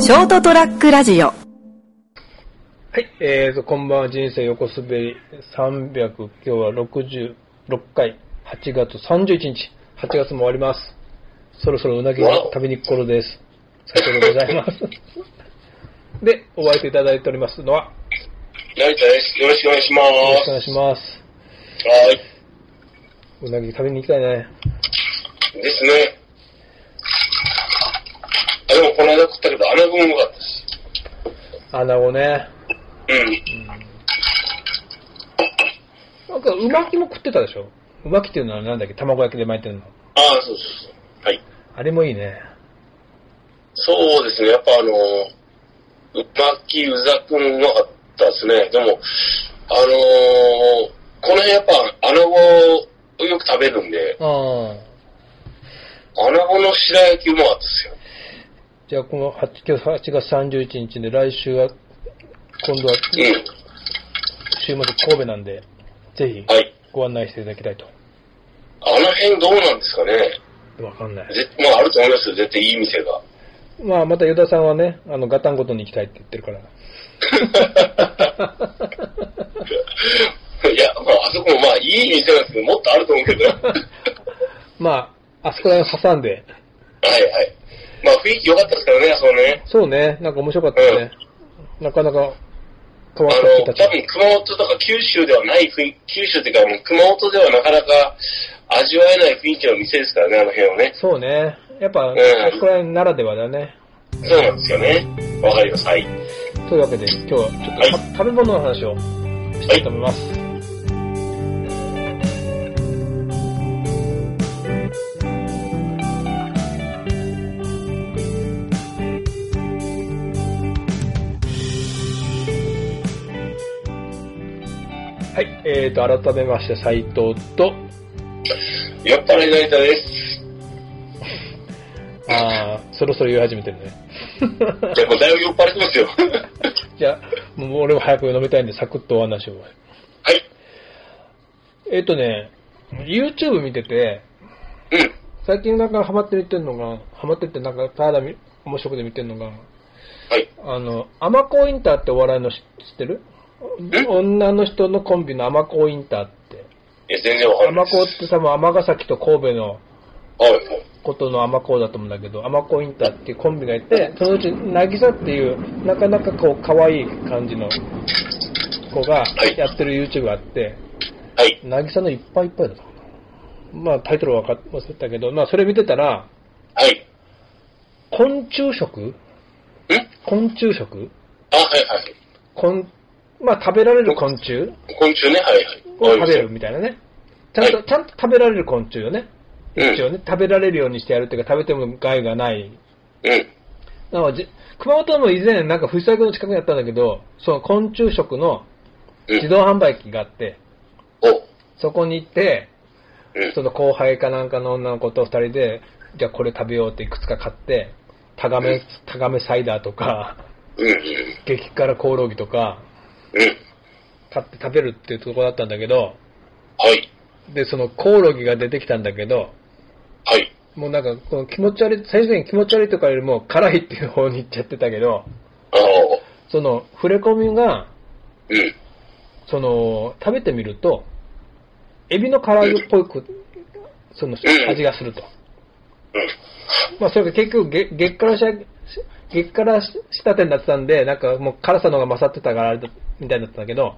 ショートトラックラジオはい、えーと、こんばんは、人生横滑り300、今日は66回、8月31日、8月も終わります。そろそろうなぎが食べに行く頃です。斉藤でございます。 で、お相手いただいておりますのは、成田です。よろしくお願いしまよろしくおす。願いします。はうなぎ食べに行きたいね。ーい。ですね。あ、でもこの間食ったけど、穴子もうまかったし。穴子ね。うん。なんか、うまきも食ってたでしょうまきっていうのはなんだっけ卵焼きで巻いてるの。ああ、そうそうそう。はい。あれもいいね。そうですね。やっぱあの、うまき、うざくもうまかったですね。でも、あのーこの辺やっぱ穴子をよく食べるんで、うん。穴子の白焼きうまかったですよ。じゃあ、この8、今日8月31日で、来週は、今度はうん。週末神戸なんで、ぜひはい。ご案内していただきたいと。あの辺どうなんですかね。わかんない。絶まああると思いますよ。絶対いい店が。まあ、またユダさんはね、あの、ガタンゴトンに行きたいって言ってる から。 いや、まあ、あそこもまあ、いい店なんですけど、もっとあると思う けど。はまあ、あそこら辺挟んで。いはい。まあ、雰囲気良かったですからね、あそこね。そうね、なんか面白かったね。なかなか変あわったの、人た多ちが。分熊本とか九州ではない雰囲気、九州っていうか、もう熊本ではなかなか味わえない雰囲気の店ですからね、あの辺はね。そうね。やっぱ、あんそこら辺ならではだね。そうなんですよね。わかります。はい。というわけで、今日はちょっとた、食べ物の話をしたいと思います。はい、えーと、改めまして、斉藤と、酔っ払い成田です。あーそろそろ言い始めてるね。 じゃあ、もうだいぶ酔っ払ってますよ。 じゃあ、もう俺も早く飲みたいんで、サクッとお話を。はい。えっ、とね、YouTube 見てて、うん。最近なんかハマって見てるのが、ハマってってなんかただみ面白くて見てるのが、はい。あの、アマコインターってお笑いの知ってるえ女の人のコンビのアマコインターって。いや、全然わかアんなマいです。コって多分尼崎と神戸のはいはい。ことのアマコだと思うんだけど、アマコインターっていうコンビがいて、そのうち渚っていう、なかなかこう可愛い感じの子がはいやってる YouTube があって、はい。渚のいっぱいいっぱいだったかな。まあタイトルはわか忘れたけど、まあそれ見てたら、はい。昆虫食ん昆虫食あ、はいはい。昆まあ食べられる昆虫昆虫ね、はいはを食い。べわるかりみたいなね。ちゃんと、はちゃんと食べられる昆虫よね。うん一応ね、食べられるようにしてやるっていうか、食べても害がない。ましたなので、じ熊本も以前、なんか藤沢君の近くにあったんだけど、その昆虫食のうん。う自ん。動販売機があって、お。そこに行って、うんそ。の後輩かなんかの女の子と二人で、じゃあこれ食べようっていくつか買って、タガメ、タガメサイダーとか、うん。激辛コオロギとか、うん。買って食べるっていうところだったんだけど、はい。で、そのコオロギが出てきたんだけど、はい。もうなんか、この気持ち悪い、最終的に気持ち悪いとかよりも辛いっていう方に行っちゃってたけど、ああ。その、触れ込みが、うん。その、食べてみると、エビの唐揚げっぽく、その、うん味がすると。うん。まあ、それが結局、げ激辛し、激辛し仕立てになってたんで、なんかもう辛さの方が勝ってたから、あれだみたいになってたんだけど、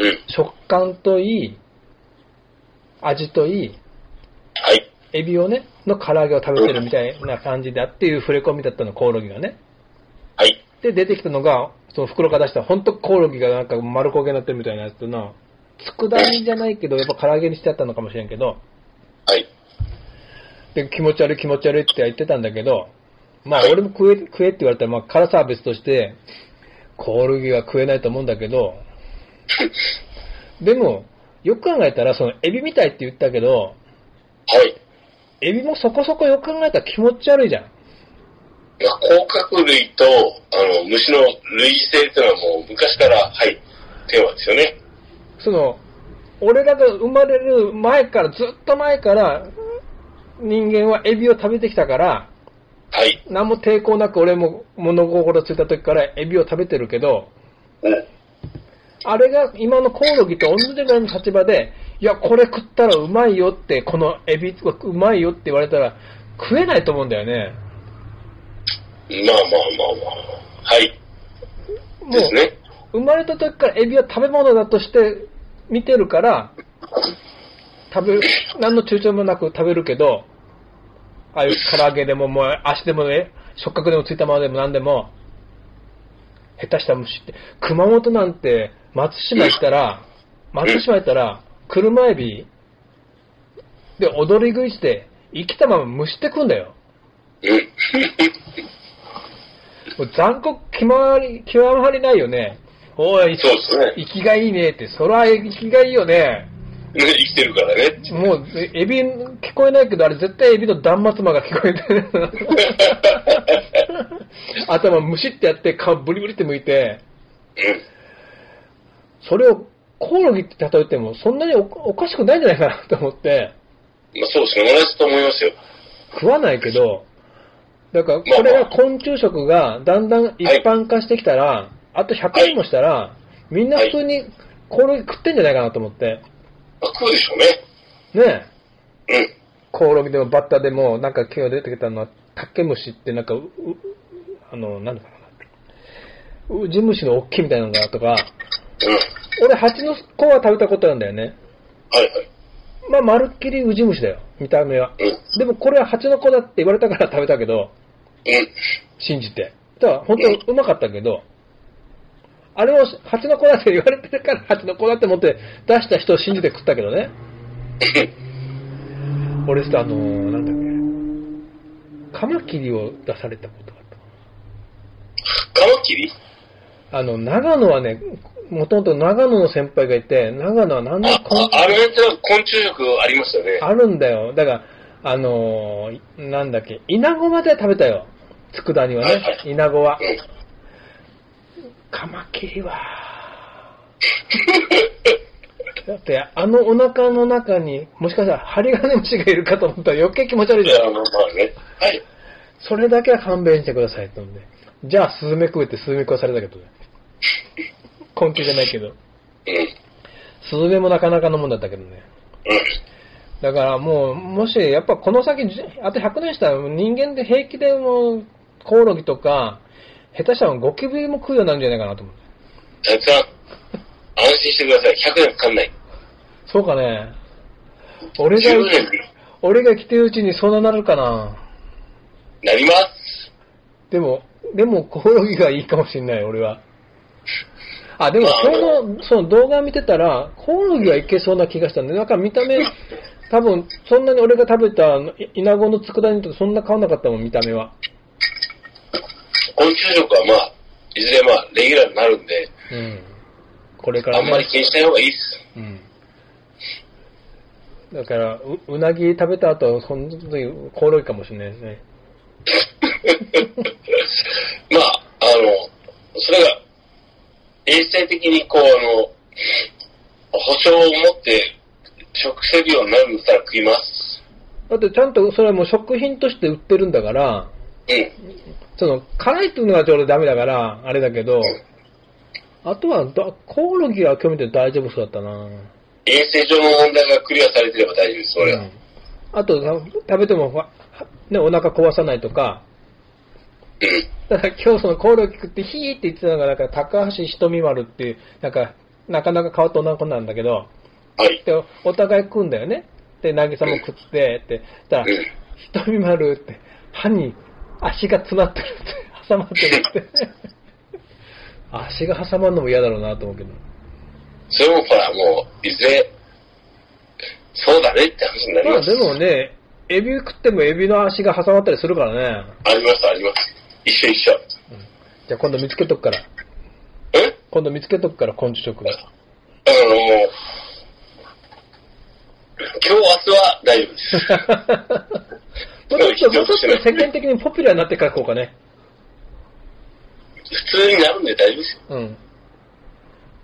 うん。食感といい、味といい、はい。エビをね、の唐揚げを食べてるみたいな感じだっていう触れ込みだったの、コオロギがね。はい。で、出てきたのが、その袋から出した、本当コオロギがなんか丸焦げになってるみたいなやつの、佃煮じゃないけど、やっぱ唐揚げにしてあったのかもしれんけど、はい。で、気持ち悪い気持ち悪いって言ってたんだけど、まあ俺も食え、食えって言われたら、まあ辛さは別として、コオロギは食えないと思うんだけど、でも、よく考えたら、その、エビみたいって言ったけど、はい。エビもそこそこよく考えたら気持ち悪いじゃん。いや、甲殻類と、あの、虫の類似性っていうのはもう昔から、はい、テーマですよね。その、俺らが生まれる前から、ずっと前から、人間はエビを食べてきたから、はい。何も抵抗なく俺も物心ついた時からエビを食べてるけど、うん。あれが今のコオロギと同じぐらいの立場で、いや、これ食ったらうまいよって、このエビはうまいよって言われたら食えないと思うんだよね。まあまあまあまあ。はい。もですね。生まれた時からエビは食べ物だとして見てるから、食べる、何の躊躇もなく食べるけど、ああいう唐揚げでももう足でもね、触覚でもついたままでも何でも、下手したら虫って、熊本なんて松島行ったら、松島行ったら、車エビで踊り食いして、生きたまま虫って食うんだよ。うん。 もう残酷極まり、極まりないよね。おい、そうですね。生きがいいねって、それは生きがいいよね。ね、生きてるからね。もう、えエビ、聞こえないけど、あれ絶対エビの断末魔が聞こえてる。頭むしってやって、顔ブリブリって向いて、うん。それをコオロギって例えても、そんなにおおかしくないんじゃないかなと思って、まあそうですね。同じと思いますよ。食わないけど、だから、これが昆虫食がだんだん一般化してきたら、あと100年もしたら、みんな普通にコオロギ食ってんじゃないかなと思って、まあ食うでしょうね。ねえ。うん。コオロギでもバッタでも、なんか今日出てきたのは、タケムシってなんか、ううあの、なんだかな。ウジ虫の大きいみたいなのがとか、うん。俺蜂の子は食べたことあるんだよね。はいはい。まあ、まるっきりウジ虫だよ。見た目は。うん。でもこれは蜂の子だって言われたから食べたけど、うん。信じて。だから本当うまかったけど、あれを蜂の子だって言われてるから蜂の子だって思って出した人を信じて食ったけど ね。俺さ、あのー、なんだっけ、カマキリを出されたことがあっカマキリた。あの、長野はね、もともと長野の先輩がいて、長野は何あで、こんああれって昆虫食ありましたね。あるんだよ。だから、あのー、なんだっけ、イナゴまでは食べたよ。佃煮ははいねは、いイナゴはう。ん。カマキリは。だって、あのお腹の中に、もしかしたら針金虫がいるかと思ったら余計気持ち悪いいじゃや、ん。まあまあね。はい。それだけは勘弁してくださいって思って。じゃあ、スズメ食えってスズメ食わされたけどね。根気じゃないけど。うん。スズメもなかなかのもんだったけどね。だからもう、もし、やっぱこの先、じあと100年したら人間で平気でもう、コオロギとか、下手したらゴキブリも食うようになるんじゃないかなと思う。うん。やつさん、安心してください。100年かかんない。そうかね。俺が10、年に俺が来てるうちにそんななるかな。なります。でも、でもコオロギがいいかもしんない、俺は。あ、でもまあその、その動画見てたら、コオロギはいけそうな気がしたんで、なんか見た目、多分、そんなに俺が食べたあのイイナゴの佃煮とそんな変わんなかったもん、見た目は。昆虫食はまあ、いずれまあ、レギュラーになるんで、うん。これからあねんまり気にしない方がいいっす。 うん。だから、う、うなぎ食べた後、その時、コオロギかもしれないですね。まあ、あの、それが、衛生的にこう、あの、保証を持って食せるようになるんだったら食います。だってちゃんとそれはもう食品として売ってるんだから、うん。その、辛いっていうのがちょうどダメだから、あれだけど、あとはだ、コオロギは今日見て大丈夫そうだったな衛生上の問題がクリアされてれば大丈夫です、それは。うんあと、さ食べても、わね、お腹壊さないとか、うん。だから今日そのコオロギ食ってヒーって言ってたのが、なんか高橋ひとみ丸っていう、なんか、なかなか変わった女の子なんだけど、はい。で、お互い食うんだよね。で、渚も食って、って、したら、うん。ひとみ丸って、歯に足が詰まってるって、挟まってるって。足が挟まるのも嫌だろうなと思うけど。それもほら、もう、いずれ、そうだねって話になりまあます。でもね、エビ食ってもエビの足が挟まったりするからね。あります、あります。一緒一緒。じゃあ今度見つけとくから。え今度見つけとくから、昆虫食が。だからもう、今日、明日は大 丈夫です。もうちょっと、もうちょっと世間的にポピュラーになってからこうかね。普通になるんで大丈夫ですよ。うん。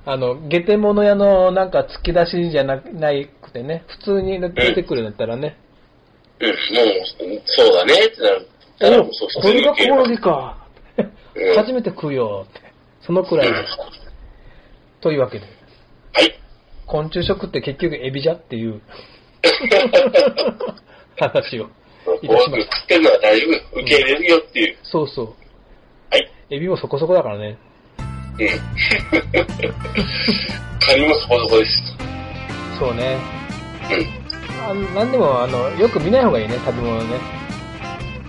あの、下手物屋のなんか突き出しじゃなないくてね、普通に出てくるんだったらね。うん、もう、そうだねってなる。だからおもうそう、これが普通に受け入れまコオロすギか。うん初めて食うよって。そのくらいです。というわけで、はい。昆虫食って結局エビじゃっていう 話をいたしました。怖く食ってるのは大丈夫。受け入れるよっていう。そうそう。はい。エビもそこそこだからね。うん。 カニもそこそこです。そうね。あなんでも、あの、よく見ない方がいいね、食べ物ね。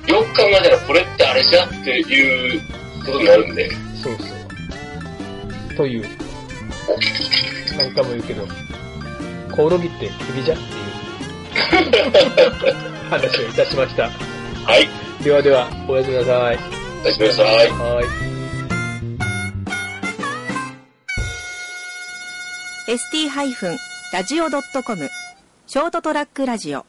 よく考えたらこれってあれじゃんっていうことになるんで。そうそう。という。何回も言うけど、コオロギってエビじゃっていう 話をいたしました。はい。ではでは、おやすみなさい。おやすみなさい。はい。 ST-radio.com ショートトラックラジオ